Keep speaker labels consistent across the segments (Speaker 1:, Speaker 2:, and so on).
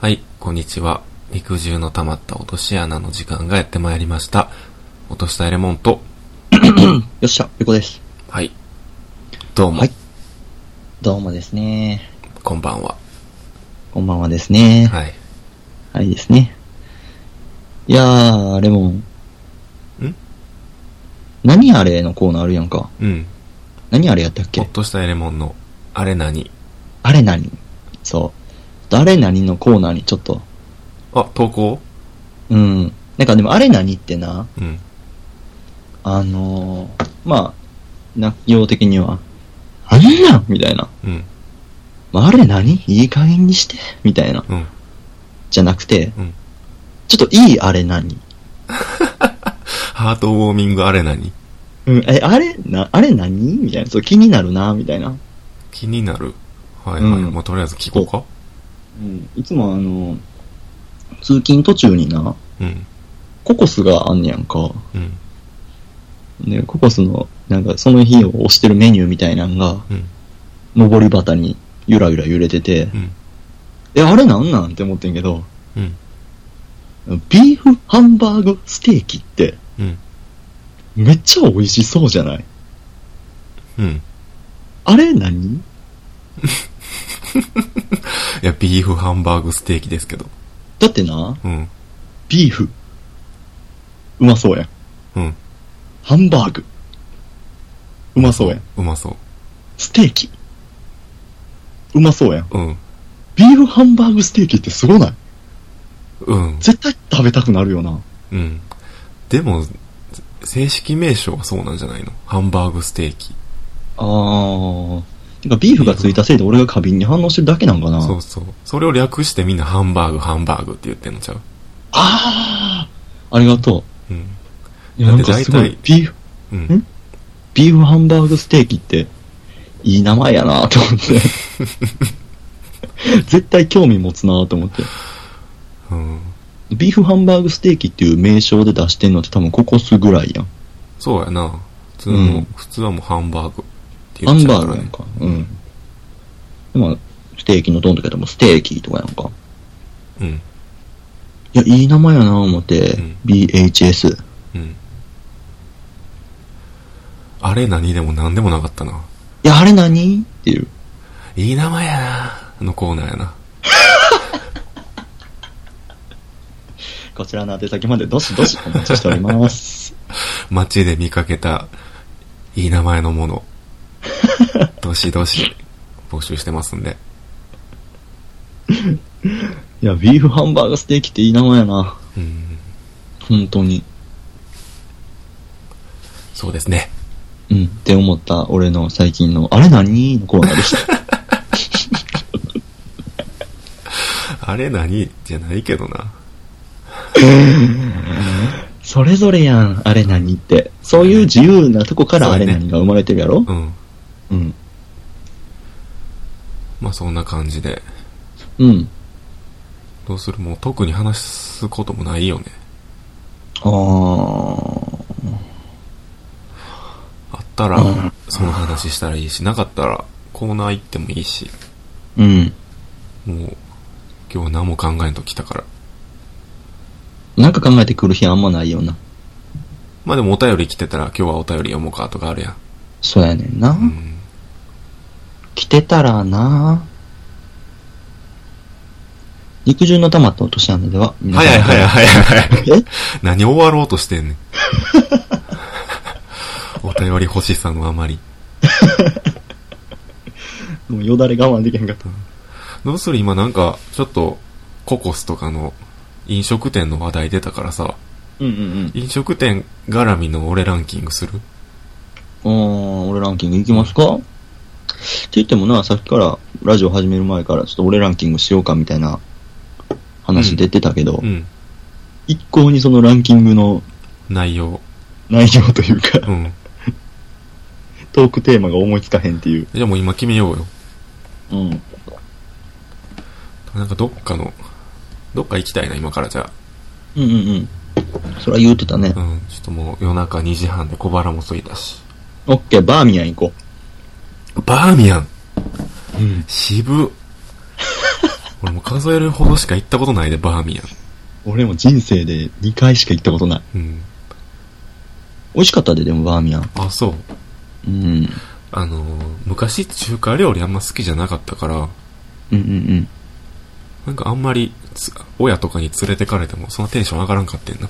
Speaker 1: はい、こんにちは。肉汁の溜まった落とし穴の時間がやってまいりました。落としたエレモンと、
Speaker 2: よっしゃ、横です。
Speaker 1: はい。どうも、
Speaker 2: はいどうもですね。
Speaker 1: こんばんは。
Speaker 2: こんばんはですね。
Speaker 1: はい。
Speaker 2: はいですね。いやー、レモン。
Speaker 1: ん
Speaker 2: 何あれのコーナーあるやんか。
Speaker 1: うん。
Speaker 2: 何あれやったっけ
Speaker 1: 落としたエレモンの、あれ何
Speaker 2: あれ何そう。あれ何のコーナーにちょっと。
Speaker 1: あ、投稿
Speaker 2: うん。なんかでもあれ何ってな、
Speaker 1: うん。
Speaker 2: あのー、まあ、な、用的には、あれなんみたいな。
Speaker 1: うん。
Speaker 2: まあ、あれ何いい加減にしてみたいな。
Speaker 1: うん。
Speaker 2: じゃなくて、
Speaker 1: うん
Speaker 2: ちょっといいあれ何
Speaker 1: ハートウォーミングあれ何
Speaker 2: うん、え、あれ、な、あれ何みたいな。そう、気になるな、みたいな。
Speaker 1: 気になる。はいはい。
Speaker 2: うん
Speaker 1: もうとりあえず聞こうか。
Speaker 2: うん。いつもあの、通勤途中にな、
Speaker 1: うん。
Speaker 2: ココスがあんねやんか。
Speaker 1: うん。
Speaker 2: ね、ココスの、なんかその日を押してるメニューみたいなんが、
Speaker 1: うん。
Speaker 2: 上り旗にゆらゆら揺れてて、
Speaker 1: うん。
Speaker 2: え、あれなんなんって思ってんけど、
Speaker 1: うん。
Speaker 2: ビーフハンバーグステーキって、
Speaker 1: うん。
Speaker 2: めっちゃ美味しそうじゃない
Speaker 1: うん。
Speaker 2: あれ何
Speaker 1: いや、ビーフハンバーグステーキですけど。
Speaker 2: だってな、
Speaker 1: うん。
Speaker 2: ビーフ。うまそうやん。
Speaker 1: うん。
Speaker 2: ハンバーグ。うまそうやん。。
Speaker 1: うまそう。
Speaker 2: ステーキ。うまそうやん。
Speaker 1: うん。
Speaker 2: ビーフハンバーグステーキってすごない
Speaker 1: うん。
Speaker 2: 絶対食べたくなるよな。
Speaker 1: うん。でも、正式名称はそうなんじゃないのハンバーグステーキ。
Speaker 2: あー。てか、ビーフがついたせいで俺が過敏に反応してるだけなんかな。
Speaker 1: そうそう。それを略してみんなハンバーグ、ハンバーグって言ってんのちゃう
Speaker 2: あー。ありがと
Speaker 1: うん。
Speaker 2: う。いや、
Speaker 1: だ
Speaker 2: な
Speaker 1: って
Speaker 2: んかすご
Speaker 1: 大
Speaker 2: い
Speaker 1: 体、
Speaker 2: ビーフ、
Speaker 1: うん。
Speaker 2: ビーフハンバーグステーキって、いい名前やなと 思って。絶対興味持つなと思って。
Speaker 1: うん。
Speaker 2: ビーフハンバーグステーキっていう名称で出してんのって多分ここすぐらいやん。
Speaker 1: そうやな。普通も、
Speaker 2: うん
Speaker 1: 普通はもうハンバーグって
Speaker 2: ハ
Speaker 1: 言っ
Speaker 2: ン
Speaker 1: ちゃ
Speaker 2: バ
Speaker 1: うか
Speaker 2: ーグ
Speaker 1: ら
Speaker 2: やん
Speaker 1: ね。
Speaker 2: か。うん。でも、ステーキの丼とかでもステーキとかやんか。
Speaker 1: うん。
Speaker 2: いや、いい名前やな思って、
Speaker 1: うん
Speaker 2: BHS。
Speaker 1: うん。あれ何でも何でもなかったな。
Speaker 2: いや、あれ何っていう。
Speaker 1: いい名前やな。のコーナーやな。
Speaker 2: こちらの宛先までどしどしお待ちしております。
Speaker 1: 街で見かけた、いい名前のも の。どしどし、募集してますんで。
Speaker 2: いや、ビーフハンバーグステーキっていい名前やな。
Speaker 1: うん。
Speaker 2: 本当に。
Speaker 1: そうですね。
Speaker 2: うん。って思った俺の最近の、あれ何のコーナーでした。
Speaker 1: あれ何じゃないけどな。
Speaker 2: それぞれやん、あれ何って。そういう自由なとこから
Speaker 1: そう
Speaker 2: あ
Speaker 1: やね
Speaker 2: れ何が生まれてるやろ
Speaker 1: うん。
Speaker 2: うん。
Speaker 1: まあそんな感じで。
Speaker 2: うん。
Speaker 1: どうするもう特に話すこともないよね。
Speaker 2: あー。
Speaker 1: あったら
Speaker 2: うん、
Speaker 1: その話したらいいし、なかったら、コーナー行ってもいいし。
Speaker 2: うん。
Speaker 1: もう、今日何も考えんと来たから。
Speaker 2: なんか考えてくる日あんまないよな。
Speaker 1: まあでもお便り来てたら、今日はお便り読もうかとかあるやん。
Speaker 2: そうやねんな。
Speaker 1: うん。
Speaker 2: 来てたらな肉汁の玉と落とし穴では、皆
Speaker 1: 早い
Speaker 2: 様か
Speaker 1: 早い
Speaker 2: ら
Speaker 1: 早い早い。
Speaker 2: え
Speaker 1: 何終わろうとしてんねん。お便り欲しさのあまり。
Speaker 2: もうよだれ我慢できへんかった。
Speaker 1: どうする今なんか、ちょっと、ココスとかの飲食店の話題出たからさ、
Speaker 2: うんうん
Speaker 1: 飲食店絡みの俺ランキングする
Speaker 2: うん。俺ランキングいきますかって言ってもな、さっきから、ラジオ始める前から、ちょっと俺ランキングしようかみたいな話出てたけど、
Speaker 1: うん。
Speaker 2: 一向にそのランキングの
Speaker 1: 内容。
Speaker 2: 内容というか、
Speaker 1: うん。
Speaker 2: トークテーマが思いつかへんっていう。
Speaker 1: じゃあもう今決めようよ。
Speaker 2: うん。
Speaker 1: なんかどっかの、どっか行きたいな、今からじゃ
Speaker 2: うんうんうん。それは言うてたね
Speaker 1: あ。。うん。ちょっともう夜中2時半で小腹も空いたし。
Speaker 2: オッケー、バーミヤン行こ
Speaker 1: バーミヤン
Speaker 2: う。うん。
Speaker 1: 渋 俺も数えるほどしか行ったことないで、バーミヤン。
Speaker 2: 俺も人生で2回しか行ったことない。
Speaker 1: うん。
Speaker 2: 美味しかったで、でもバーミヤン。
Speaker 1: あ、そう。
Speaker 2: うん。
Speaker 1: あのー、昔中華料理あんま好きじゃなかったから、
Speaker 2: うんうん
Speaker 1: なんかあんまりつ、親とかに連れてかれても、そんなテンション上がらんかってんな。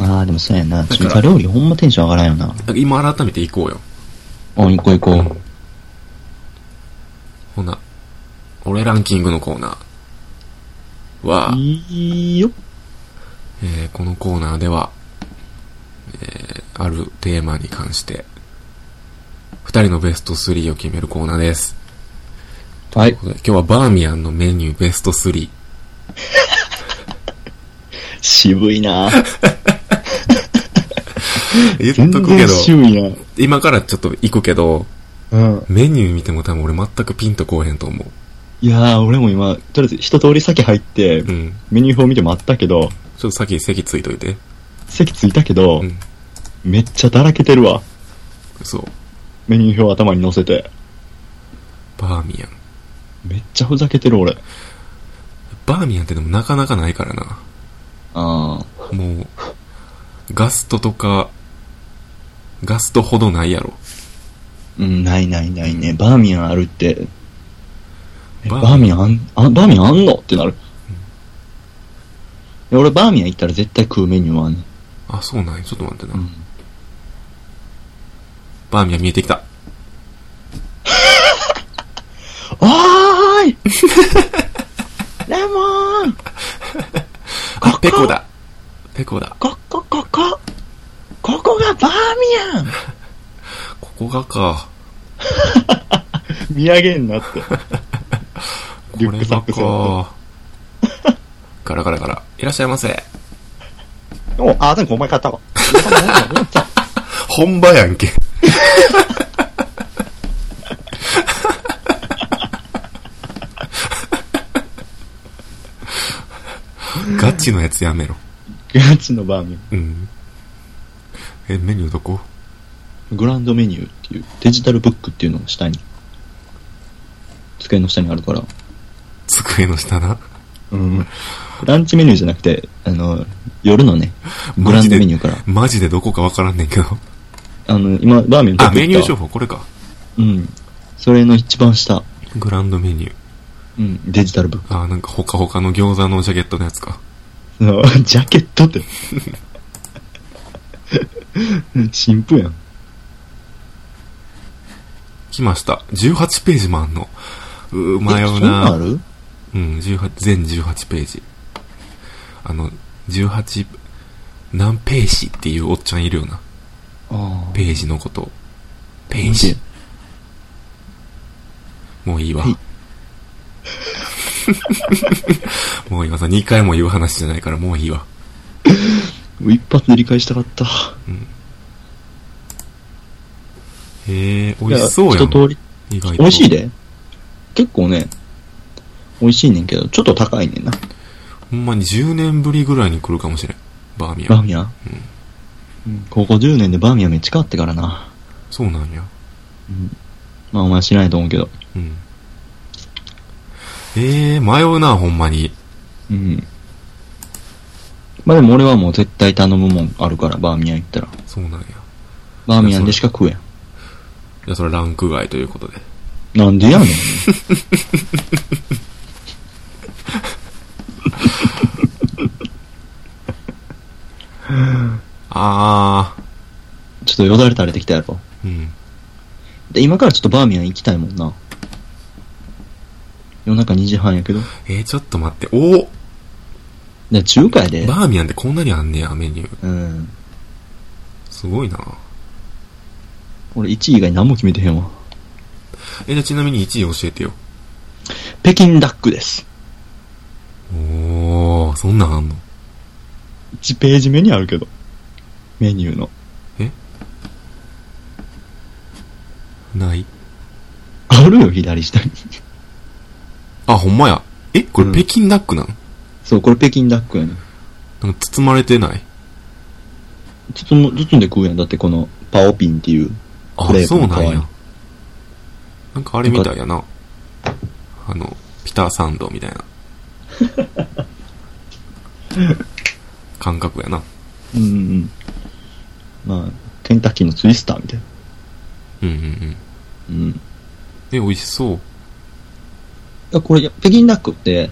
Speaker 2: うん。ああ、でもそうやな。
Speaker 1: から
Speaker 2: 中華料理ほんまテンション上がらんよな。
Speaker 1: 今改めて行こうよ。
Speaker 2: あ、行こう行こう。
Speaker 1: ほな、俺ランキングのコーナーは、
Speaker 2: いいよ。
Speaker 1: えーこのコーナーでは、えーあるテーマに関して、二人のベスト3を決めるコーナーです。
Speaker 2: はい。
Speaker 1: 今日はバーミヤンのメニューベスト3。
Speaker 2: 渋いな
Speaker 1: 言っ
Speaker 2: 全
Speaker 1: とくけ
Speaker 2: 然
Speaker 1: ど、
Speaker 2: 渋いな
Speaker 1: 今からちょっと行くけど、
Speaker 2: うん。
Speaker 1: メニュー見ても多分俺全くピンとこうへんと思
Speaker 2: いやー、俺も今、とりあえず一通り先入って
Speaker 1: う。う、ん。
Speaker 2: メニュー表見てもあったけど、
Speaker 1: ちょっと先席ついといて。
Speaker 2: 席ついたけど、
Speaker 1: うん。
Speaker 2: めっちゃだらけてるわ。
Speaker 1: そう。
Speaker 2: メニュー表頭に載せて。
Speaker 1: バーミヤン。
Speaker 2: めっちゃふざけてる俺。
Speaker 1: バーミヤンってでもなかなかないからな。
Speaker 2: あ
Speaker 1: もう、ガストとか、ガストほどないやろ。
Speaker 2: ー。うん、ないないないね。バーミヤンあるって。え
Speaker 1: バ
Speaker 2: バ
Speaker 1: ー
Speaker 2: ーミヤンあん、あバーミヤンあんのってなる。いや俺バーミヤン行ったら絶対食うメニューはあんねん。
Speaker 1: あ、そうなんや。ちょっと待ってな。バーミヤン見えてきた。
Speaker 2: おーいレモン
Speaker 1: あ、ペコだ。ペコだ。
Speaker 2: ここここここがバーミヤン
Speaker 1: ここがか。
Speaker 2: 見上げん なって。
Speaker 1: こ
Speaker 2: リュ
Speaker 1: れ
Speaker 2: ックサ
Speaker 1: が
Speaker 2: ック背負
Speaker 1: か。ガラガラガラ。いらっしゃいませ。
Speaker 2: お、あ、でもお前買っ たわ。
Speaker 1: 本場やんけ。ガチのやつやめろ。
Speaker 2: ガチのバーミヤ
Speaker 1: うん。え、メニューどこ
Speaker 2: ン。グランドメニューっていう、デジタルブックっていうのが下に。机の下にあるから。
Speaker 1: 机の下な。
Speaker 2: うん。ランチメニューじゃなくて、あの、夜のね、グランドメニューから。
Speaker 1: マジでどこかわからんねんけど。
Speaker 2: あの、今、バーミヤン
Speaker 1: あ、メニュー情
Speaker 2: 報
Speaker 1: 報これか。
Speaker 2: うん。それの一番下。
Speaker 1: グランドメニュー。
Speaker 2: うん、デジタルブック。
Speaker 1: あ、なんかほかほかの餃子のジャケットのやつか。
Speaker 2: あのジャケットって。 新婦やん。
Speaker 1: 来ました。18ページもあんの。うー、迷
Speaker 2: えそ
Speaker 1: うん
Speaker 2: なんあ
Speaker 1: な。
Speaker 2: る
Speaker 1: うん、18、全18ページ。あの、18、何ページっていうおっちゃんいるよな。
Speaker 2: あ
Speaker 1: ページのこと。ページ。もういいわ
Speaker 2: はい。
Speaker 1: もう今さ、2回も言う話じゃないからもういいわ。
Speaker 2: あ。一発で理解したかった。
Speaker 1: へえ、美味しそうや
Speaker 2: 一通
Speaker 1: ん。
Speaker 2: り。
Speaker 1: 意外と。
Speaker 2: 美味しい。で。結構ね、美味しいねんけど、ちょっと高いねんな。
Speaker 1: ほんまに10年ぶりぐらいに来るかもしれん。バーミヤ
Speaker 2: バー
Speaker 1: ン。
Speaker 2: ミヤン。うんここ10年でバーミヤンめっちゃ変わってからな。
Speaker 1: そうなんや。
Speaker 2: まあお前知らないと思うけど。
Speaker 1: うん。ええ、迷うな、ほんまに。
Speaker 2: うん。まあでも俺はもう絶対頼むもんあるから、バーミヤン行ったら。
Speaker 1: そうなんや。
Speaker 2: バーミヤンでしか食えん。
Speaker 1: じゃあそれランク外ということで。
Speaker 2: なんでやね ん。
Speaker 1: あ
Speaker 2: ちょっとよだれ垂れてきたやろ。
Speaker 1: ー。うん。
Speaker 2: で、今からちょっとバーミヤン行きたいもんな。夜中2時半や けど。
Speaker 1: えー、ちょっと待って。おー
Speaker 2: で、中華やで
Speaker 1: バ。ーミヤンってこんなにあんねや、メニュー。
Speaker 2: うん。
Speaker 1: すごいな。
Speaker 2: 俺1位以外何も決めてへんわ。
Speaker 1: え、じゃあちなみに1位教えてよ。
Speaker 2: 北京ダックです。
Speaker 1: おー、そんなんあんの
Speaker 2: 1ページ目にあるけど。メニューの。
Speaker 1: ない。
Speaker 2: あるよ、左下に。
Speaker 1: あ、ほんまや。え、こ
Speaker 2: う
Speaker 1: れ
Speaker 2: ん
Speaker 1: 北京ダックなん、
Speaker 2: そう、これ北京ダックやね。
Speaker 1: なんか包まれてない
Speaker 2: 包む、包んで食うやん。だってこの、パオピンっていう。
Speaker 1: あ
Speaker 2: クレ、ープ
Speaker 1: そう
Speaker 2: の
Speaker 1: なん
Speaker 2: 代わり
Speaker 1: や。 なんかあれみたいやな。あの、ピターサンドみたいな。感覚やな。
Speaker 2: うんうん。まあ、ケンタッキーのツイスターみたいな。
Speaker 1: うんうんうん。
Speaker 2: うん。
Speaker 1: え、美味しそう。
Speaker 2: いやこれ、や北京ダックって、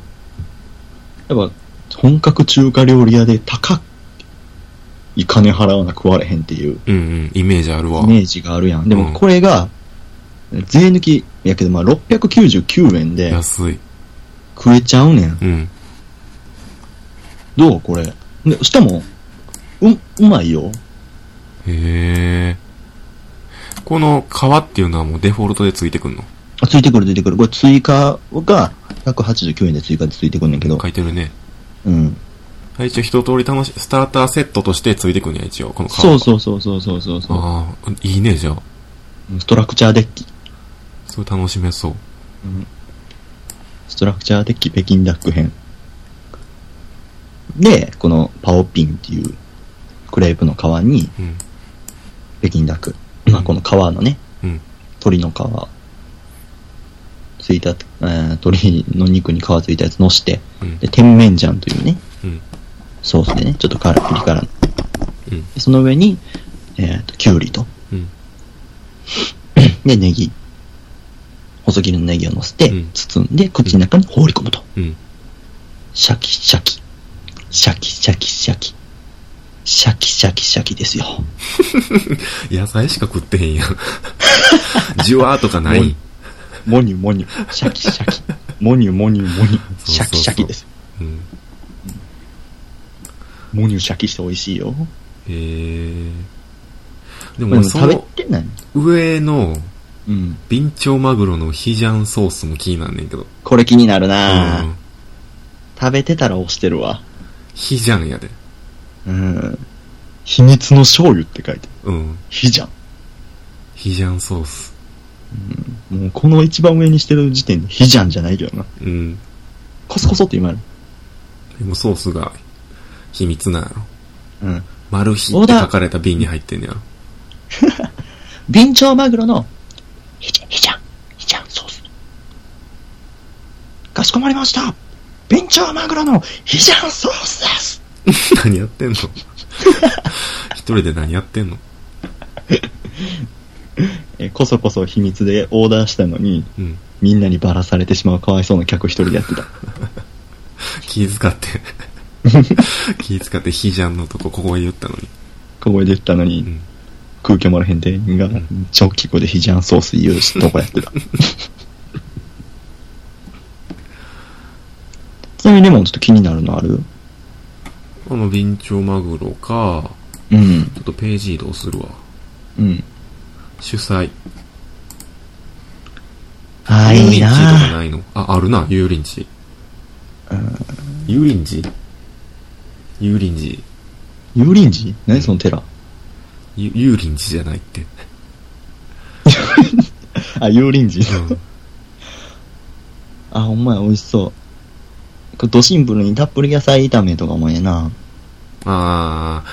Speaker 2: やっぱ、本格中華料理屋で高い金払わな食われへんっていう
Speaker 1: うんうん、イメージあるわ。
Speaker 2: イメージがあるやん。で
Speaker 1: うん
Speaker 2: もこれが、税抜きやけど、まあ699円で
Speaker 1: 安い。
Speaker 2: 食えちゃうねん。
Speaker 1: うん。
Speaker 2: どうこれ。でしかも、う、うまいよ。
Speaker 1: へえ。この皮っていうのはもうデフォルトでついてくんの
Speaker 2: あついてくる、ついてくる。これ追加が189円で追加でついてくんねんけど
Speaker 1: 書。いてるね。
Speaker 2: うん。
Speaker 1: あ一応一通り楽し、スターターセットとしてついてくんや、一応。この皮。
Speaker 2: そうそうそうそうそうそうそ
Speaker 1: ああ、いいね、じゃあ。
Speaker 2: う。ストラクチャーデッキ。
Speaker 1: それ楽しめそう。
Speaker 2: ストラクチャーデッキ北京ダック編。で、このパオピンっていうクレープの皮に
Speaker 1: うん。
Speaker 2: 北京ダック。まあこの皮のね、
Speaker 1: うん。
Speaker 2: 鶏の皮。ついた、えー、鶏の肉に皮ついたやつのして、
Speaker 1: うん
Speaker 2: で、甜麺醤というね、
Speaker 1: うん。
Speaker 2: ソースでね、ちょっと辛い、ピリ辛の。
Speaker 1: うん。
Speaker 2: でその上に、えっ、と、きゅうりと、
Speaker 1: うん。
Speaker 2: で、ネギ。細切りのネギを乗せて
Speaker 1: うん、
Speaker 2: 包んで、口の中に放り込むと。
Speaker 1: うん。
Speaker 2: シャキシャキ。シャキシャキシャキ。シャキシャキシャキですよ。
Speaker 1: 野菜しか食ってへんやん。ジュワーとかな
Speaker 2: も。
Speaker 1: いう
Speaker 2: モニュモニュ。シャキシャキ。モニュモニュモニュ。
Speaker 1: そうそうそう
Speaker 2: シャキシャキですよ。
Speaker 1: うん。
Speaker 2: モニュシャキして美味しいよ。
Speaker 1: へえ。で
Speaker 2: でも
Speaker 1: も、そ
Speaker 2: 食べ
Speaker 1: の
Speaker 2: てない
Speaker 1: 上の、
Speaker 2: うん。
Speaker 1: ビンチョウマグロのヒジャンソースも気になんねんけど。
Speaker 2: これ気になるな
Speaker 1: う
Speaker 2: ぁ
Speaker 1: ん。
Speaker 2: 食べてたら押してるわ。
Speaker 1: ヒジャンやで。
Speaker 2: うん。秘密の醤油って書いてる。
Speaker 1: うん。
Speaker 2: ひじゃん。
Speaker 1: ヒジャンソース。
Speaker 2: もうこの一番上にしてる時点でひじゃんじゃないけどな。
Speaker 1: うん。
Speaker 2: コソコソって今ある。
Speaker 1: でもソースが秘密なんやろ。
Speaker 2: うん。
Speaker 1: マルヒって書かれた瓶に入ってんねや ろ。
Speaker 2: ビンチョウマグロの、ひじゃん、ひじゃん、ひじゃんソース。かしこまりました。ビンチョウマグロのひじゃんソースです。
Speaker 1: 何やってんの 一人で何やってんの
Speaker 2: え、こそこそ秘密でオーダーしたのに、
Speaker 1: うん。
Speaker 2: みんなにバラされてしまうかわいそうな客一人でやって た。
Speaker 1: 気遣 って。気遣ってヒジャンのとこここへ言ったのに。
Speaker 2: 小声で言ったのに、
Speaker 1: うん。
Speaker 2: 空気もらえへん店員が、超規模でヒジャンソース言うし、どこや ってた。ちなみにレモンちょっと気になるのある
Speaker 1: このビンチョウマグロか、
Speaker 2: うん。
Speaker 1: ちょっとページ移動するわ。
Speaker 2: うん。
Speaker 1: 主催。
Speaker 2: ああ、
Speaker 1: 油
Speaker 2: い
Speaker 1: 淋
Speaker 2: い
Speaker 1: 鶏とか
Speaker 2: な
Speaker 1: ないのあ、あるな、油淋鶏。油淋鶏油淋鶏。
Speaker 2: 油淋鶏何その寺
Speaker 1: ゆ油淋鶏じゃないって。
Speaker 2: あ、油淋鶏。
Speaker 1: うん。
Speaker 2: あ、ほんまや、美味しそう。これドシンプルにたっぷり野菜炒めとかもええな。
Speaker 1: あー、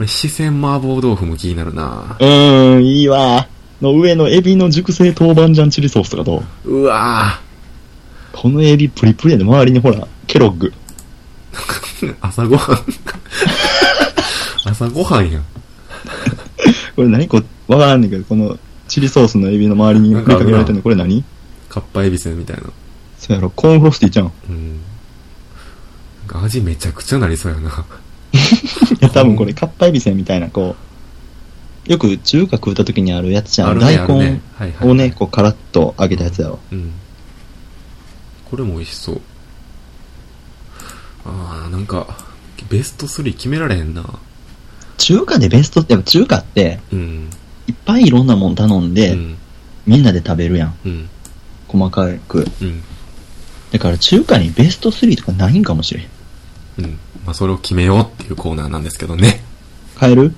Speaker 1: 俺、四川麻婆豆腐も気になるな
Speaker 2: うーん、いいわ。の上のエビの熟成豆板醤チリソースとかどう
Speaker 1: うわ
Speaker 2: このエビプリプリやで、周りにほら、ケロッグ。
Speaker 1: ー朝ごはん 朝ごはんやん。
Speaker 2: これ何こうわからんねんけど、このチリソースのエビの周りに振りかけられてるの、これ何
Speaker 1: かっぱえびせんみたいな。
Speaker 2: そうやろ、コーンフロステ ィちゃうん。
Speaker 1: うん。なんか味めちゃくちゃなりそうやな。
Speaker 2: いや、多分これ、カッパエビせんみたいな、こう、よく中華食うた時にあるやつじゃ
Speaker 1: あ
Speaker 2: ん。
Speaker 1: るね、あ
Speaker 2: 大
Speaker 1: る
Speaker 2: 根
Speaker 1: ね。はいはい。
Speaker 2: をね、こう、カラッと揚げたやつやろ。
Speaker 1: うん。これも美味しそう。ああ、なんか、ベスト3決められへんな。
Speaker 2: 中華でベストって、やっぱ中華って、
Speaker 1: うん。
Speaker 2: いっぱいいろんなもん頼ん
Speaker 1: う
Speaker 2: で、
Speaker 1: ん。
Speaker 2: みんなで食べるやん。
Speaker 1: うん。
Speaker 2: 細かく。
Speaker 1: うん。
Speaker 2: だから中華にベスト3とかないんかもしれん。
Speaker 1: うん。まあ、それを決めようっていうコーナーなんですけどね。
Speaker 2: 変える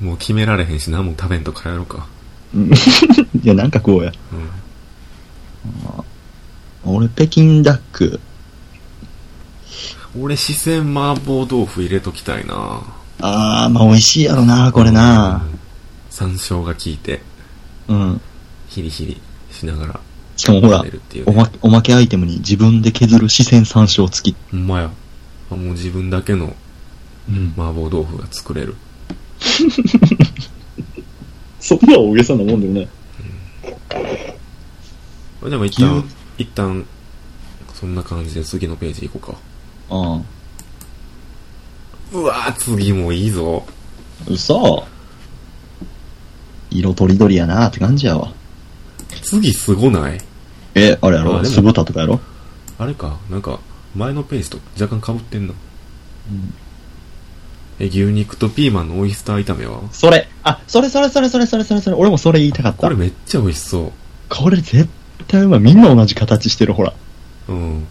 Speaker 1: もう決められへんし、何も食べんと帰ろうか。
Speaker 2: うん いや、なんか食おうや。
Speaker 1: うん。
Speaker 2: 俺、北京ダック。
Speaker 1: 俺、四川麻婆豆腐入れときたいな。
Speaker 2: あー、まあ美味しいやろな、これな
Speaker 1: う。ん山椒が効いて、
Speaker 2: うん。
Speaker 1: ヒリヒリしながら。
Speaker 2: しかもほら
Speaker 1: 出、るっていう
Speaker 2: お
Speaker 1: ね
Speaker 2: まおまけアイテムに自分で削る視線参照付き。
Speaker 1: ほんまや。あもう自分だけの
Speaker 2: うん。
Speaker 1: 麻婆豆腐が作れる。
Speaker 2: そこは大げさなもんでもない。
Speaker 1: これでも一旦
Speaker 2: 牛、
Speaker 1: 一旦、そんな感じで次のページ行こうか。
Speaker 2: ああ。
Speaker 1: うわぁ、次もいいぞ。
Speaker 2: 嘘色とりどりやなって感じやわ。
Speaker 1: 次すごない
Speaker 2: え、あれや
Speaker 1: あ
Speaker 2: ろ
Speaker 1: でも
Speaker 2: 酢豚とかやろ
Speaker 1: あれか、なんか、前のページと若干被ってんな。え、牛肉とピーマンのオイスター炒めは
Speaker 2: それあ、それそれそれそれそれそれそれ。俺もそれ言いたかった。
Speaker 1: こ
Speaker 2: こ
Speaker 1: れ
Speaker 2: れ
Speaker 1: めっちゃ美味しそ
Speaker 2: 絶対うまい。みんな同じ形してる、ほら。
Speaker 1: う。うん。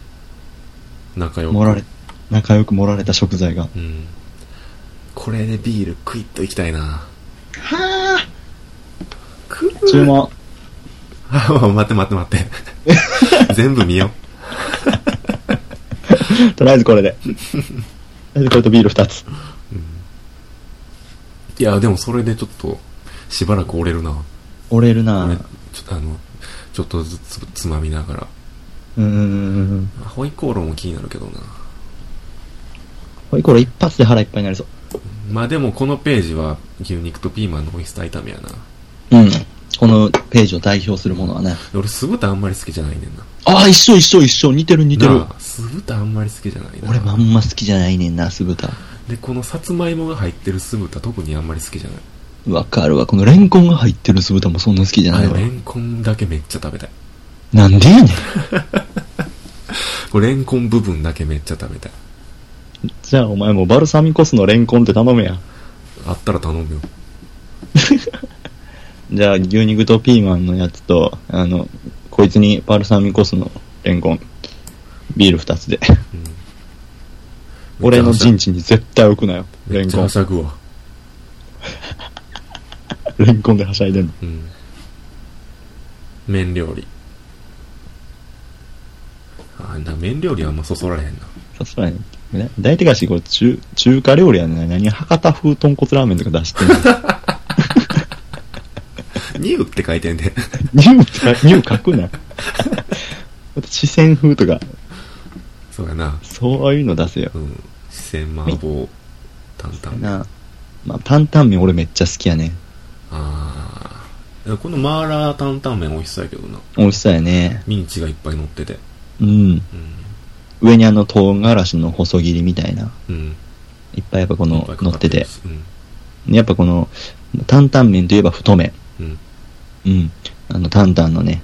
Speaker 1: 仲良く。
Speaker 2: 盛られ、仲良く盛られた食材が。
Speaker 1: うん。これでビールクイッといきたいな。
Speaker 2: はあ
Speaker 1: ク
Speaker 2: 注文。
Speaker 1: あ、待って待って待 って。全部見よ
Speaker 2: とりあえずこれ で。とりあえずこれとビール二つ。
Speaker 1: う。いや、でもそれでちょっと、しばらく折れるな。
Speaker 2: 折れるな
Speaker 1: 俺
Speaker 2: ぁ。
Speaker 1: ちょっとあの、ちょっとずつつまみながら。
Speaker 2: うーん。
Speaker 1: ホイコーローも気になるけどな。
Speaker 2: これこれ一発で腹いっぱいになりそう。
Speaker 1: まあでもこのページは牛肉とピーマンのオイスター炒めやな。
Speaker 2: うん。このページを代表するものはね。
Speaker 1: 俺酢豚あんまり好きじゃないねんな。
Speaker 2: ああ、一緒一緒一緒。似てる似てる
Speaker 1: な。あ酢豚あんまり好きじゃないな。
Speaker 2: 俺まんま好きじゃないねんな、酢豚。
Speaker 1: で、このさつまいもが入ってる酢豚特にあんまり好きじゃない。
Speaker 2: わかるわ。このレンコンが入ってる酢豚もそんな好きじゃ
Speaker 1: あ
Speaker 2: ない
Speaker 1: れ、
Speaker 2: わ
Speaker 1: レ。ンコンだけめっちゃ食べたい。
Speaker 2: なんでやねん。
Speaker 1: これレンコン部分だけめっちゃ食べたい。
Speaker 2: じゃあお前もバルサミコ酢のレンコンって頼めや。
Speaker 1: あったら頼むよ。
Speaker 2: じゃあ牛肉とピーマンのやつと、あの、こいつにバルサミコ酢のレンコン。ビール二つで。
Speaker 1: うん
Speaker 2: 俺の陣地に絶対置くなよ。
Speaker 1: め
Speaker 2: レ
Speaker 1: っ
Speaker 2: ン
Speaker 1: ちゃ
Speaker 2: コン
Speaker 1: は。しゃぐわ。
Speaker 2: レンコンではしゃいでんの。
Speaker 1: うん。麺料理。あ、な、麺料理はあんまそそられへんな。
Speaker 2: さすがに。ね、大体がし、これ中、中華料理やねん。何博多風豚骨ラーメンとか出してんの。
Speaker 1: ニューって書いてんで。
Speaker 2: ニューってか、ニュー書くな。あと四川風とか、
Speaker 1: そうやな。
Speaker 2: そういうの出せよ。
Speaker 1: うん。四川麻婆担々。
Speaker 2: なまあ、担々麺俺めっちゃ好きやね。
Speaker 1: あー。このマーラー担々麺美味しそうやけどな。
Speaker 2: 美味しそうやね。
Speaker 1: ミンチがいっぱい乗ってて。
Speaker 2: うん。
Speaker 1: うん。
Speaker 2: 上にあの唐辛子の細切りみたいな。
Speaker 1: うん。
Speaker 2: いっぱいやっぱこ
Speaker 1: い
Speaker 2: の
Speaker 1: っぱい、か
Speaker 2: 乗
Speaker 1: か
Speaker 2: って
Speaker 1: る
Speaker 2: て。
Speaker 1: し
Speaker 2: やっぱこの、担々麺といえば太麺。
Speaker 1: うん。うん。
Speaker 2: うん。あの、担々のね、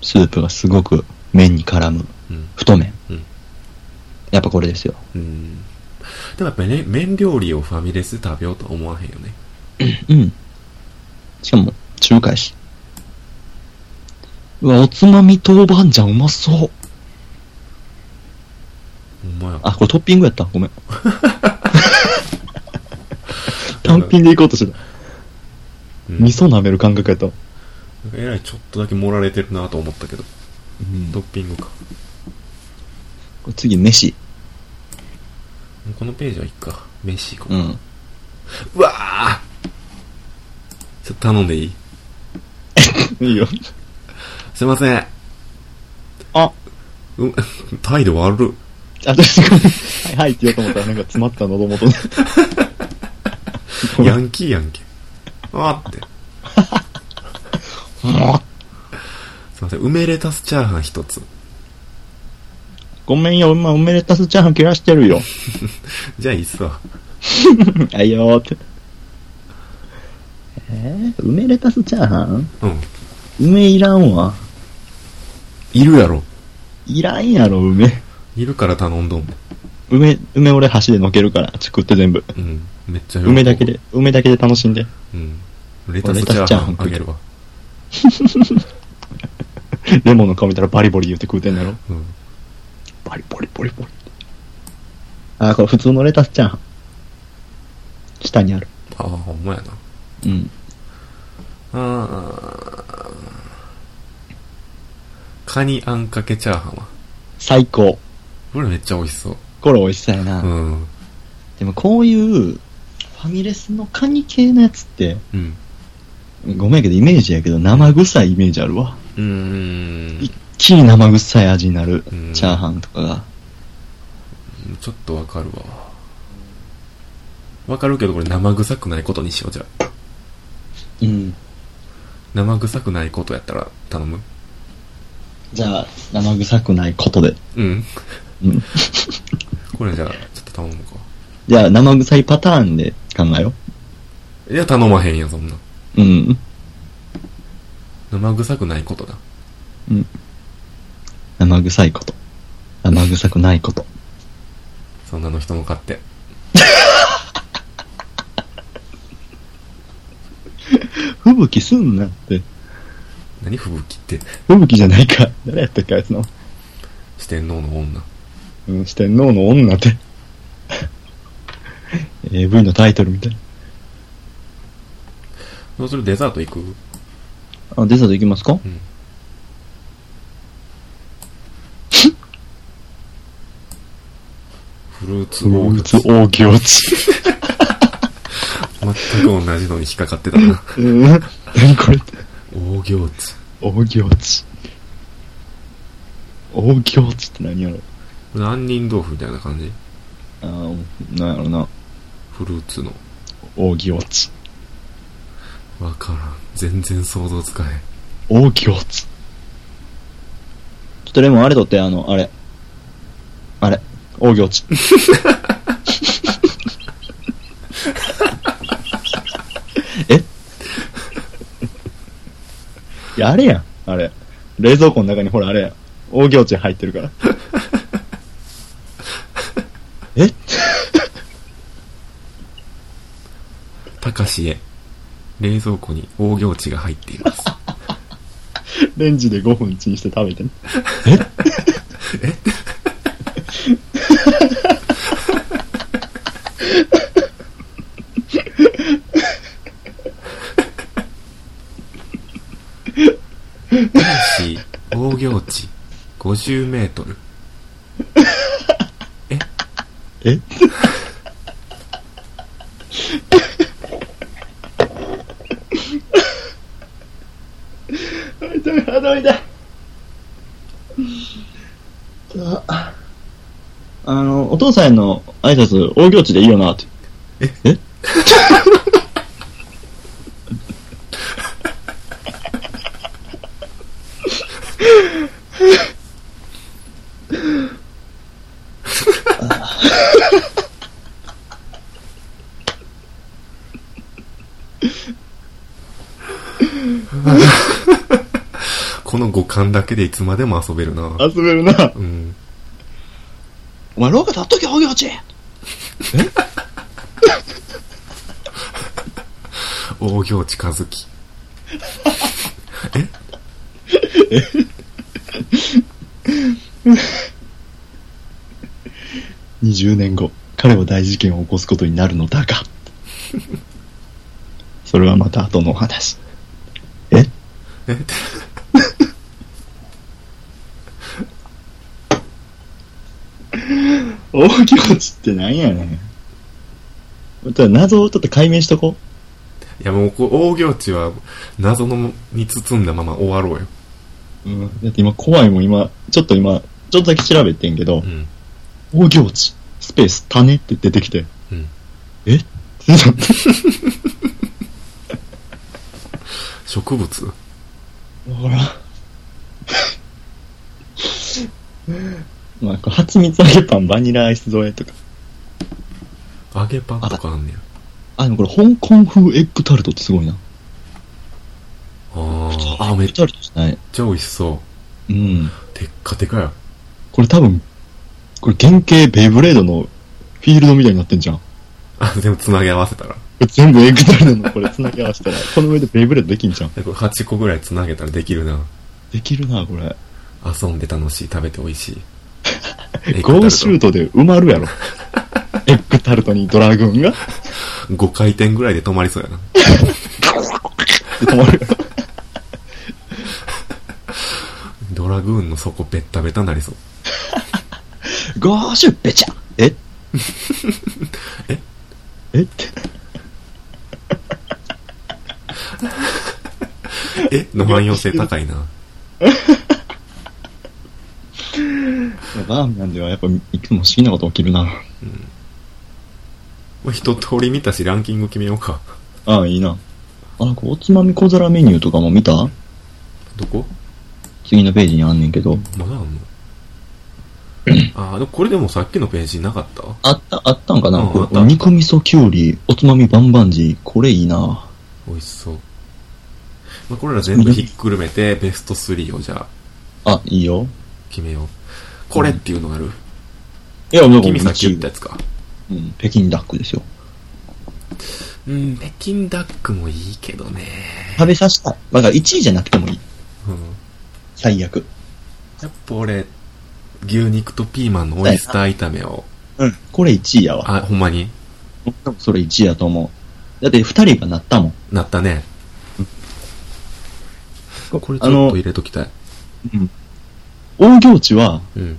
Speaker 2: ススープがすごく麺に絡む。
Speaker 1: うん。
Speaker 2: 太麺。
Speaker 1: うん
Speaker 2: やっぱこれですよ。
Speaker 1: うん。でもやっぱりね、麺料理をファミレスで食べようとは思わへんよね。
Speaker 2: うん。しかも、中華やし。うわ、おつまみ豆板醤うまそう。
Speaker 1: ほんまや。
Speaker 2: あ、これトッピングやった。ごめ ん。単品でいこうとしてた。
Speaker 1: うん
Speaker 2: 味噌舐める感覚やった。う
Speaker 1: なんかえらいちょっとだけ盛られてるなと思ったけど。
Speaker 2: ん
Speaker 1: トッピングか。
Speaker 2: 次、飯。
Speaker 1: もうこのページはいっか。飯行こう。
Speaker 2: うん。
Speaker 1: うわあちょっと頼んでいい
Speaker 2: いいよ。
Speaker 1: すいません。
Speaker 2: あ、
Speaker 1: う、 態度悪る。
Speaker 2: あ、確かに。はい、はいって言おうと思ったら、なんか詰まった喉元に。
Speaker 1: ヤンキーやんけ。あーって。すいません。梅レタスチャーハン一つ。
Speaker 2: ごめんよ、今、オメレタスチャーハン切らしてるよ。
Speaker 1: じゃあいいっすわ。
Speaker 2: あいよーって。えー、梅レタスチャーハン
Speaker 1: うん。
Speaker 2: 梅いらんわ。
Speaker 1: いるやろ。
Speaker 2: いらんやろ、梅。
Speaker 1: いるから頼んどん。
Speaker 2: 梅、梅俺箸でのけるから、作って全部。
Speaker 1: うん。めっちゃ喜ぶ
Speaker 2: 梅だけ。で、梅だけで楽しんで。
Speaker 1: うん。レタスチャーハンあげるわ。
Speaker 2: レモンの顔見たらバリボリ言って食うてんだろ。
Speaker 1: うん。
Speaker 2: バリボリボリボリ。あー、これ普通のレタスチャーハン。下にある。
Speaker 1: ああ、ほんまやな。
Speaker 2: うん。
Speaker 1: あーカニあんかけチャーハンは。
Speaker 2: 最高。
Speaker 1: これめっちゃ美味しそう。
Speaker 2: これ美味しそうやな。
Speaker 1: うん。
Speaker 2: でもこういう、ファミレスのカニ系のやつって、
Speaker 1: うん。
Speaker 2: ごめんやけどイメージやけど生臭いイメージあるわ。
Speaker 1: ううーん。
Speaker 2: 一気に生臭い味になる
Speaker 1: うん
Speaker 2: チャーハンとかが。
Speaker 1: ちょっとわかるわ。わかるけどこれ生臭くないことにしようじゃあ
Speaker 2: うん。
Speaker 1: 生臭くないことやったら頼む
Speaker 2: じゃあ、生臭くないことで。
Speaker 1: うん。
Speaker 2: うん。
Speaker 1: これじゃあ、ちょっと頼むか。
Speaker 2: じゃあ、生臭いパターンで考えよ
Speaker 1: いや、頼まへんやん、そんな。
Speaker 2: う。うん。
Speaker 1: 生臭くないことだ。
Speaker 2: うん。生臭いこと。生臭くないこと。
Speaker 1: そんなの人の勝手。
Speaker 2: 吹雪すんなって。
Speaker 1: 何吹雪って。
Speaker 2: 吹雪じゃないか。誰やったっけ、あいつの。
Speaker 1: 四天王の女。
Speaker 2: うん、四天王の女 って。AV のタイトルみたいな。
Speaker 1: どうするデザート行く
Speaker 2: あ、デザート行きますか
Speaker 1: うん。フルーツオーツ。
Speaker 2: 大気落ち。
Speaker 1: 全く同じのに引っかかってた な。
Speaker 2: うん。何これ
Speaker 1: 大行津。
Speaker 2: 大気落ち。大気落ちって何やろ
Speaker 1: これ杏仁豆腐みたいな感じ
Speaker 2: あーなんやろな。
Speaker 1: フルーツの。
Speaker 2: 大気落ち。
Speaker 1: わからん。全然想像つかへん。
Speaker 2: 大気落ち。ちょっとレモンあれ取って、あの、あれ。あれ。大気落ち。えいや、あれやん。あれ。冷蔵庫の中にほらあれやん。大気落ち入ってる から。え
Speaker 1: たかしへ、冷蔵庫に大行地が入っています。
Speaker 2: レンジで5分チンして食べてね。
Speaker 1: たかし、大行地、50メートル。
Speaker 2: え痛い頭痛いああのお父さんへの挨拶大行地でいいよなってええ
Speaker 1: この五感だけでいつまでも遊べるな。
Speaker 2: 遊べるな
Speaker 1: うん。
Speaker 2: お前廊下立っとけ大行地
Speaker 1: 大行地和樹。
Speaker 2: 20年後、彼は大事件を起こすことになるのだが。それはまた後のお話。え
Speaker 1: え
Speaker 2: 大き落ちってなんやねん。ただ謎をちょっと解明しとこ
Speaker 1: いやもうこう、大行地は謎のに包んだまま終わろうよ。
Speaker 2: う。うん。だって今怖いもん今、ちょっと今、ちょっとだけ調べてんけど
Speaker 1: う、ん。
Speaker 2: 大行地、スペース、種って出てきて、
Speaker 1: うん。
Speaker 2: えってなって
Speaker 1: 植物
Speaker 2: ほら。 まあ、こう蜂蜜揚げパン、バニラアイス添えとか。
Speaker 1: 揚げパンとかあんねや。
Speaker 2: あ、でもこれ、香港風エッグタルトってすごいな。
Speaker 1: あーあ、めっち
Speaker 2: タルトじゃない。
Speaker 1: ゃ美味しそう。
Speaker 2: うん。
Speaker 1: テッカテカや。
Speaker 2: これ多分、これ原型ベイブレードのフィールドみたいになってんじゃん。
Speaker 1: あ、でも繋ぎ合わせたら。
Speaker 2: 全部エッグタルトのこれ繋ぎ合わせたら、この上でベイブレードできんじゃん。
Speaker 1: でこれ8個ぐらい繋げたらできるな。
Speaker 2: できるな、これ。
Speaker 1: 遊んで楽しい、食べて美味 しい。エッグタル
Speaker 2: ゴ
Speaker 1: ト
Speaker 2: ーシュートで埋まるやろ。エッグタルトにドラグーンが、
Speaker 1: 5回転ぐらいで止まりそうやな。
Speaker 2: で止まるやろ。
Speaker 1: ドラグーンの底ベッタベタなりそう。
Speaker 2: ゴーシュベチャ ええって。
Speaker 1: えの汎用性高いな。
Speaker 2: バーミヤンではやっぱいつも不思議なこと起きるな。
Speaker 1: まあ、一通り見たし、ランキング決めようか。
Speaker 2: ああ、いいな。あ、なんかおつまみ小皿メニューとかも見た
Speaker 1: どこ
Speaker 2: 次のページにあんねんけど。
Speaker 1: まだあんの あー、でもこれでもさっきのページなかった
Speaker 2: あった、あったんかな、
Speaker 1: うん
Speaker 2: こ
Speaker 1: あ
Speaker 2: れ
Speaker 1: った
Speaker 2: 肉味噌きゅうり、おつまみバンバンジー。これいいな。
Speaker 1: 美味しそう。まあ、これら全部ひっくるめ て、ベスト3をじゃあ、
Speaker 2: あ、いいよ。
Speaker 1: 決めよう。これっていうのある、
Speaker 2: いや、も
Speaker 1: 君さっき言ったやつか。
Speaker 2: うん、北京ダックですよ。
Speaker 1: うん、北京ダックもいいけどね。
Speaker 2: 食べさせたい。だから1位じゃなくてもいい。
Speaker 1: うん。
Speaker 2: 最悪。
Speaker 1: やっぱ俺、牛肉とピーマンのオイスター炒めを。
Speaker 2: うん。これ1位やわ。
Speaker 1: あ、ほんまに
Speaker 2: 多分それ1位やと思う。だって2人がなったもん。
Speaker 1: なったね。
Speaker 2: こ
Speaker 1: これち
Speaker 2: あ
Speaker 1: ょっ
Speaker 2: の
Speaker 1: と入、れときたい。
Speaker 2: 大行地は、
Speaker 1: うん。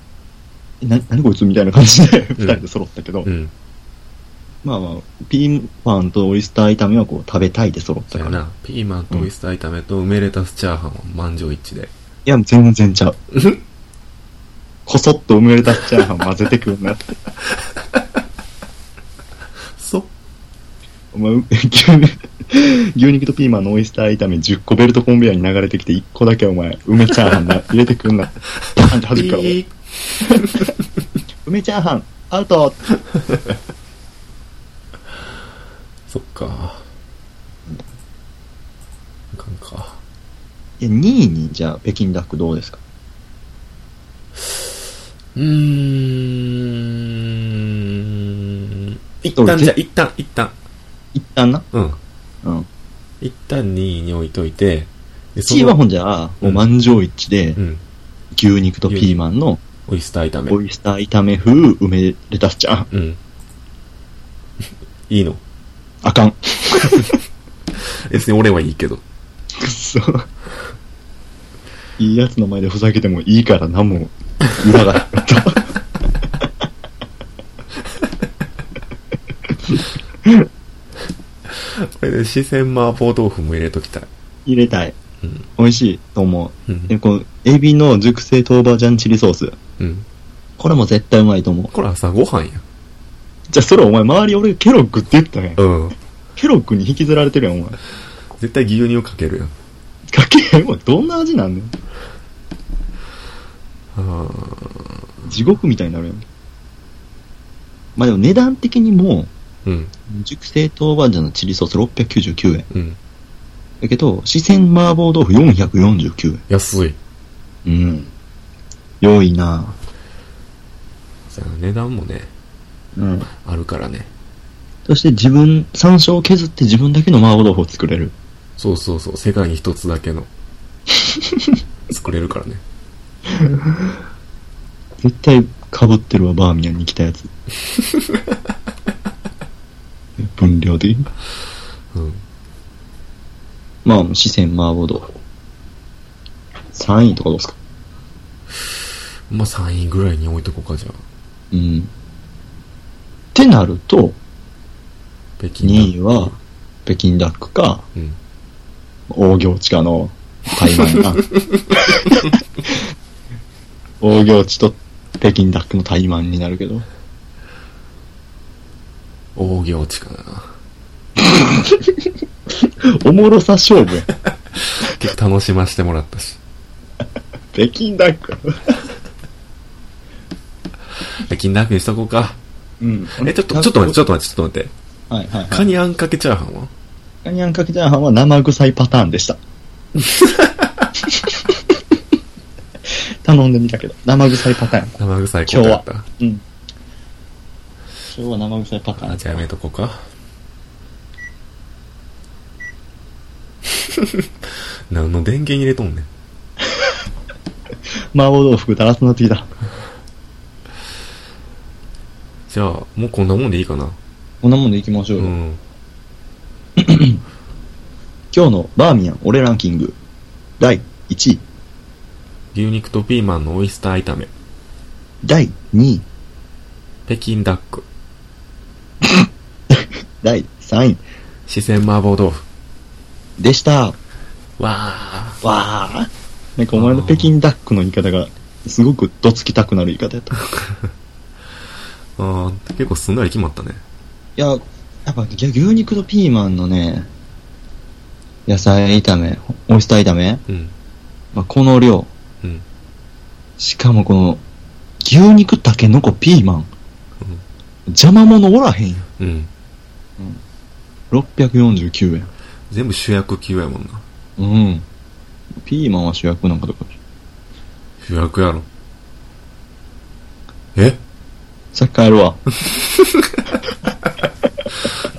Speaker 2: えな、何こいつみたいな感じで2人で揃ったけど、
Speaker 1: うん。
Speaker 2: まあまあ、ピーマンとオイスター炒めはこう食べたいで揃った
Speaker 1: そう
Speaker 2: か
Speaker 1: や
Speaker 2: ら。い
Speaker 1: な。ピーマンとオイスター炒めと梅レタスチャーハンは満場一致で。
Speaker 2: や、全然ちゃう。こそっと埋めれたチャーハン混ぜてくるなって。
Speaker 1: そう
Speaker 2: お前、う牛牛肉とピーマンのオイスター炒め10個ベルトコンベヤーに流れてきて1個だけお前、梅チャーハンな、入れてくんな って。パンって弾くから、お前
Speaker 1: ピー
Speaker 2: 梅チャーハン、アウト
Speaker 1: そっか。あかんか。
Speaker 2: いや、2位に、じゃあ、北京ダックどうですか
Speaker 1: うーん。一
Speaker 2: ど
Speaker 1: 旦
Speaker 2: う
Speaker 1: じゃあ、一旦、一旦。
Speaker 2: 一旦な。
Speaker 1: うん。
Speaker 2: うん。
Speaker 1: 一旦2位に置いといて、で
Speaker 2: 1位はほんじゃあ、もう満場一致で
Speaker 1: う、ん。
Speaker 2: 牛肉とピーマンの
Speaker 1: オイスター炒め。
Speaker 2: オイスター炒め風梅レタスちゃん。
Speaker 1: うん。 いいの
Speaker 2: あかん。く
Speaker 1: 別に俺はいいけど。
Speaker 2: っそ。いいやつの前でふざけてもいいから何も裏がなかった。
Speaker 1: これで四川麻婆豆腐も入れときたい。
Speaker 2: 入れたい。
Speaker 1: うん。
Speaker 2: 美味しいと思
Speaker 1: う
Speaker 2: う。で、
Speaker 1: ん。
Speaker 2: この、エビの熟成豆板醤チリソース。
Speaker 1: うん。
Speaker 2: これも絶対うまいと思う。
Speaker 1: これ朝ごはんや。
Speaker 2: じゃあ、それお前周り俺ケロックって言ったんや。
Speaker 1: うん。
Speaker 2: ケロックに引きずられてるやん、お前。
Speaker 1: 絶対牛乳かけるやん。
Speaker 2: かけへんわ。どんな味なんねん。
Speaker 1: あ
Speaker 2: 地獄みたいになるやん。まあでも値段的にも、
Speaker 1: ーうん。
Speaker 2: 熟成豆板醤のチリソース699円。
Speaker 1: うん。
Speaker 2: だけど、四川麻婆豆腐449
Speaker 1: 安い。
Speaker 2: 円。うん。良いな
Speaker 1: そうやな値段もね、
Speaker 2: うん。
Speaker 1: あるからね。
Speaker 2: そして自分、山椒を削って自分だけの麻婆豆腐を作れる。
Speaker 1: そうそうそう、世界に一つだけ の。作れるからね。
Speaker 2: 絶対被ってるわ、バーミヤンに来た やつ。分量でいい
Speaker 1: うん。
Speaker 2: まあ、四川麻婆豆腐。3位とかどうですか
Speaker 1: まあ、3位ぐらいに置いとこうか、じゃあ。
Speaker 2: うん。ってなると、
Speaker 1: 北京ダッ
Speaker 2: 2
Speaker 1: ク
Speaker 2: 位は、北京ダックか、
Speaker 1: うん。
Speaker 2: 大行地かの、対 面な。大行地と北京ダックの対マンになるけど。
Speaker 1: 大行地かな。
Speaker 2: おもろさ勝負や。
Speaker 1: 結構楽しませてもらったし。
Speaker 2: 北京ダック。
Speaker 1: 北京ダックにしとこうか。
Speaker 2: うん。
Speaker 1: え、ちょっと、ちょっと待って、ちょっと待って、ちょっと待って。
Speaker 2: と。はいはい、はい。
Speaker 1: カニあんかけチャーハンは
Speaker 2: カニあんかけチャーハンは生臭いパターン でした。頼んでみたけど、生臭いパターン。
Speaker 1: 生臭いことやった。
Speaker 2: うん。今日は生臭いパター
Speaker 1: あ、
Speaker 2: ン。
Speaker 1: じゃあやめとこうか。 何の電源入れとんねん。
Speaker 2: 麻婆豆腐だらすなってきた。
Speaker 1: じゃあ、もうこんなもんでいいかな。
Speaker 2: こんなもんでいきましょう
Speaker 1: う
Speaker 2: よ。
Speaker 1: ん。
Speaker 2: 今日のバーミヤン俺ランキング、第1位、
Speaker 1: 牛肉とピーマンのオイスター炒め。
Speaker 2: 第2位、
Speaker 1: 北京ダック。
Speaker 2: 第3位
Speaker 1: 四川麻婆豆腐。
Speaker 2: でした。わ
Speaker 1: わあ。
Speaker 2: ー。なんかお前の北京ダックの言い方が、すごくどつきたくなる言い方やった。い
Speaker 1: ああ、結構すんなり決まったね。
Speaker 2: や、やっぱ牛肉とピーマンのね、野菜炒め、オイスター炒め、
Speaker 1: うん。
Speaker 2: まあ、この量、
Speaker 1: うん。うん
Speaker 2: しかもこの、牛肉、タケノコ、ピーマン、邪魔者おらへんよ。
Speaker 1: うん。
Speaker 2: 649円。
Speaker 1: 全部主役級やもんな。
Speaker 2: うん。ピーマンは主役なんかとか。
Speaker 1: 主役やろ。え
Speaker 2: さっき帰 るわ。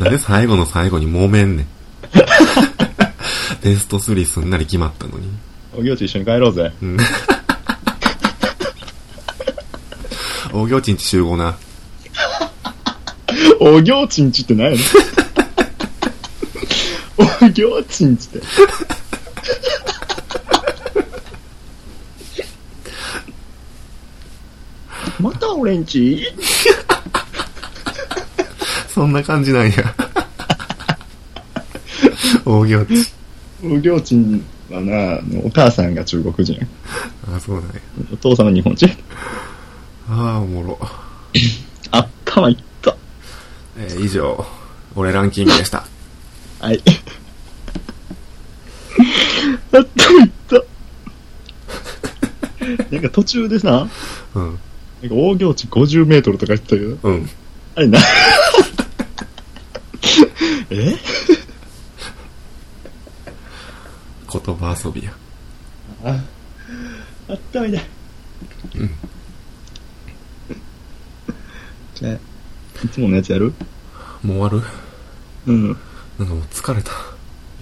Speaker 1: なんで最後の最後に揉めんねん。 ベスト3すんなり決まったのに。
Speaker 2: おぎょうち一緒に帰ろうぜ。
Speaker 1: うん。大行地んち集合な。
Speaker 2: おぎょうちんち って何やねん。おぎょうちんちって。 また俺んち
Speaker 1: そんな感じなんや。大行地。
Speaker 2: おぎょうちんはな、あのお母さんが中国人。
Speaker 1: あ、そうなんや。
Speaker 2: お父さんは日本人。
Speaker 1: ああ、おもろ。
Speaker 2: 頭いった。
Speaker 1: えー以上、俺ランキングでした。
Speaker 2: はい。 やっといった。なんか途中でさ、なんか
Speaker 1: うん。
Speaker 2: 大行地50メートルとか言ってたけど、
Speaker 1: うん。
Speaker 2: あ れな、え
Speaker 1: 言葉遊びや。
Speaker 2: あ、あったみたい。
Speaker 1: うん。
Speaker 2: じゃあ、いつものやつやる
Speaker 1: もう終わる
Speaker 2: うん。
Speaker 1: なんかもう疲れた。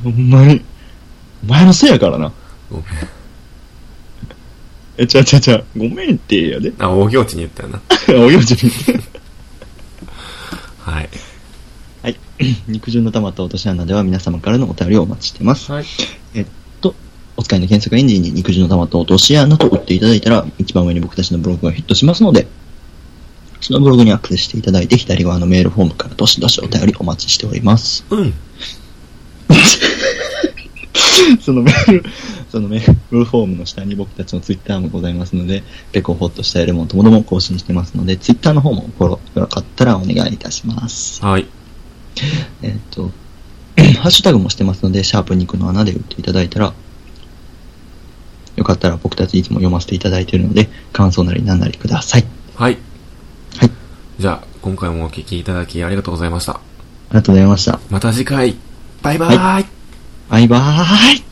Speaker 2: ほんまに、お前のせいやからな。
Speaker 1: ごめん。
Speaker 2: え、ちゃうちゃうちゃう、ごめんってや で。
Speaker 1: あ、大行地に言ったよな。
Speaker 2: お行地に。
Speaker 1: はい。
Speaker 2: はい。肉汁の溜まった落とし穴では皆様からのお便りをお待ちしてます。
Speaker 1: はい。
Speaker 2: お使いの検索エンジンに肉汁の溜まった落とし穴と打っていただいたら、一番上に僕たちのブログがヒットしますので、そのブログにアクセスしていただいて、左側のメールフォームからどしどしお便りお待ちしております。
Speaker 1: うん。
Speaker 2: そのメール、 そのメールフォームの下に僕たちのツイッターもございますので、ペコホッとしたエレモンともども更新してますので、ツイッターの方もフォローよかったらお願いいたします。
Speaker 1: はい。
Speaker 2: えっ、と、 ハッシュタグもしてますので、シャープ肉の穴で打っていただいたら、よかったら僕たちいつも読ませていただいているので、感想なり何なりください。
Speaker 1: はい。
Speaker 2: はい。
Speaker 1: じゃあ、今回もお聞きいただきありがとうございました。
Speaker 2: ありがとうございました。
Speaker 1: また次回、バイバーイ、
Speaker 2: バイバーイ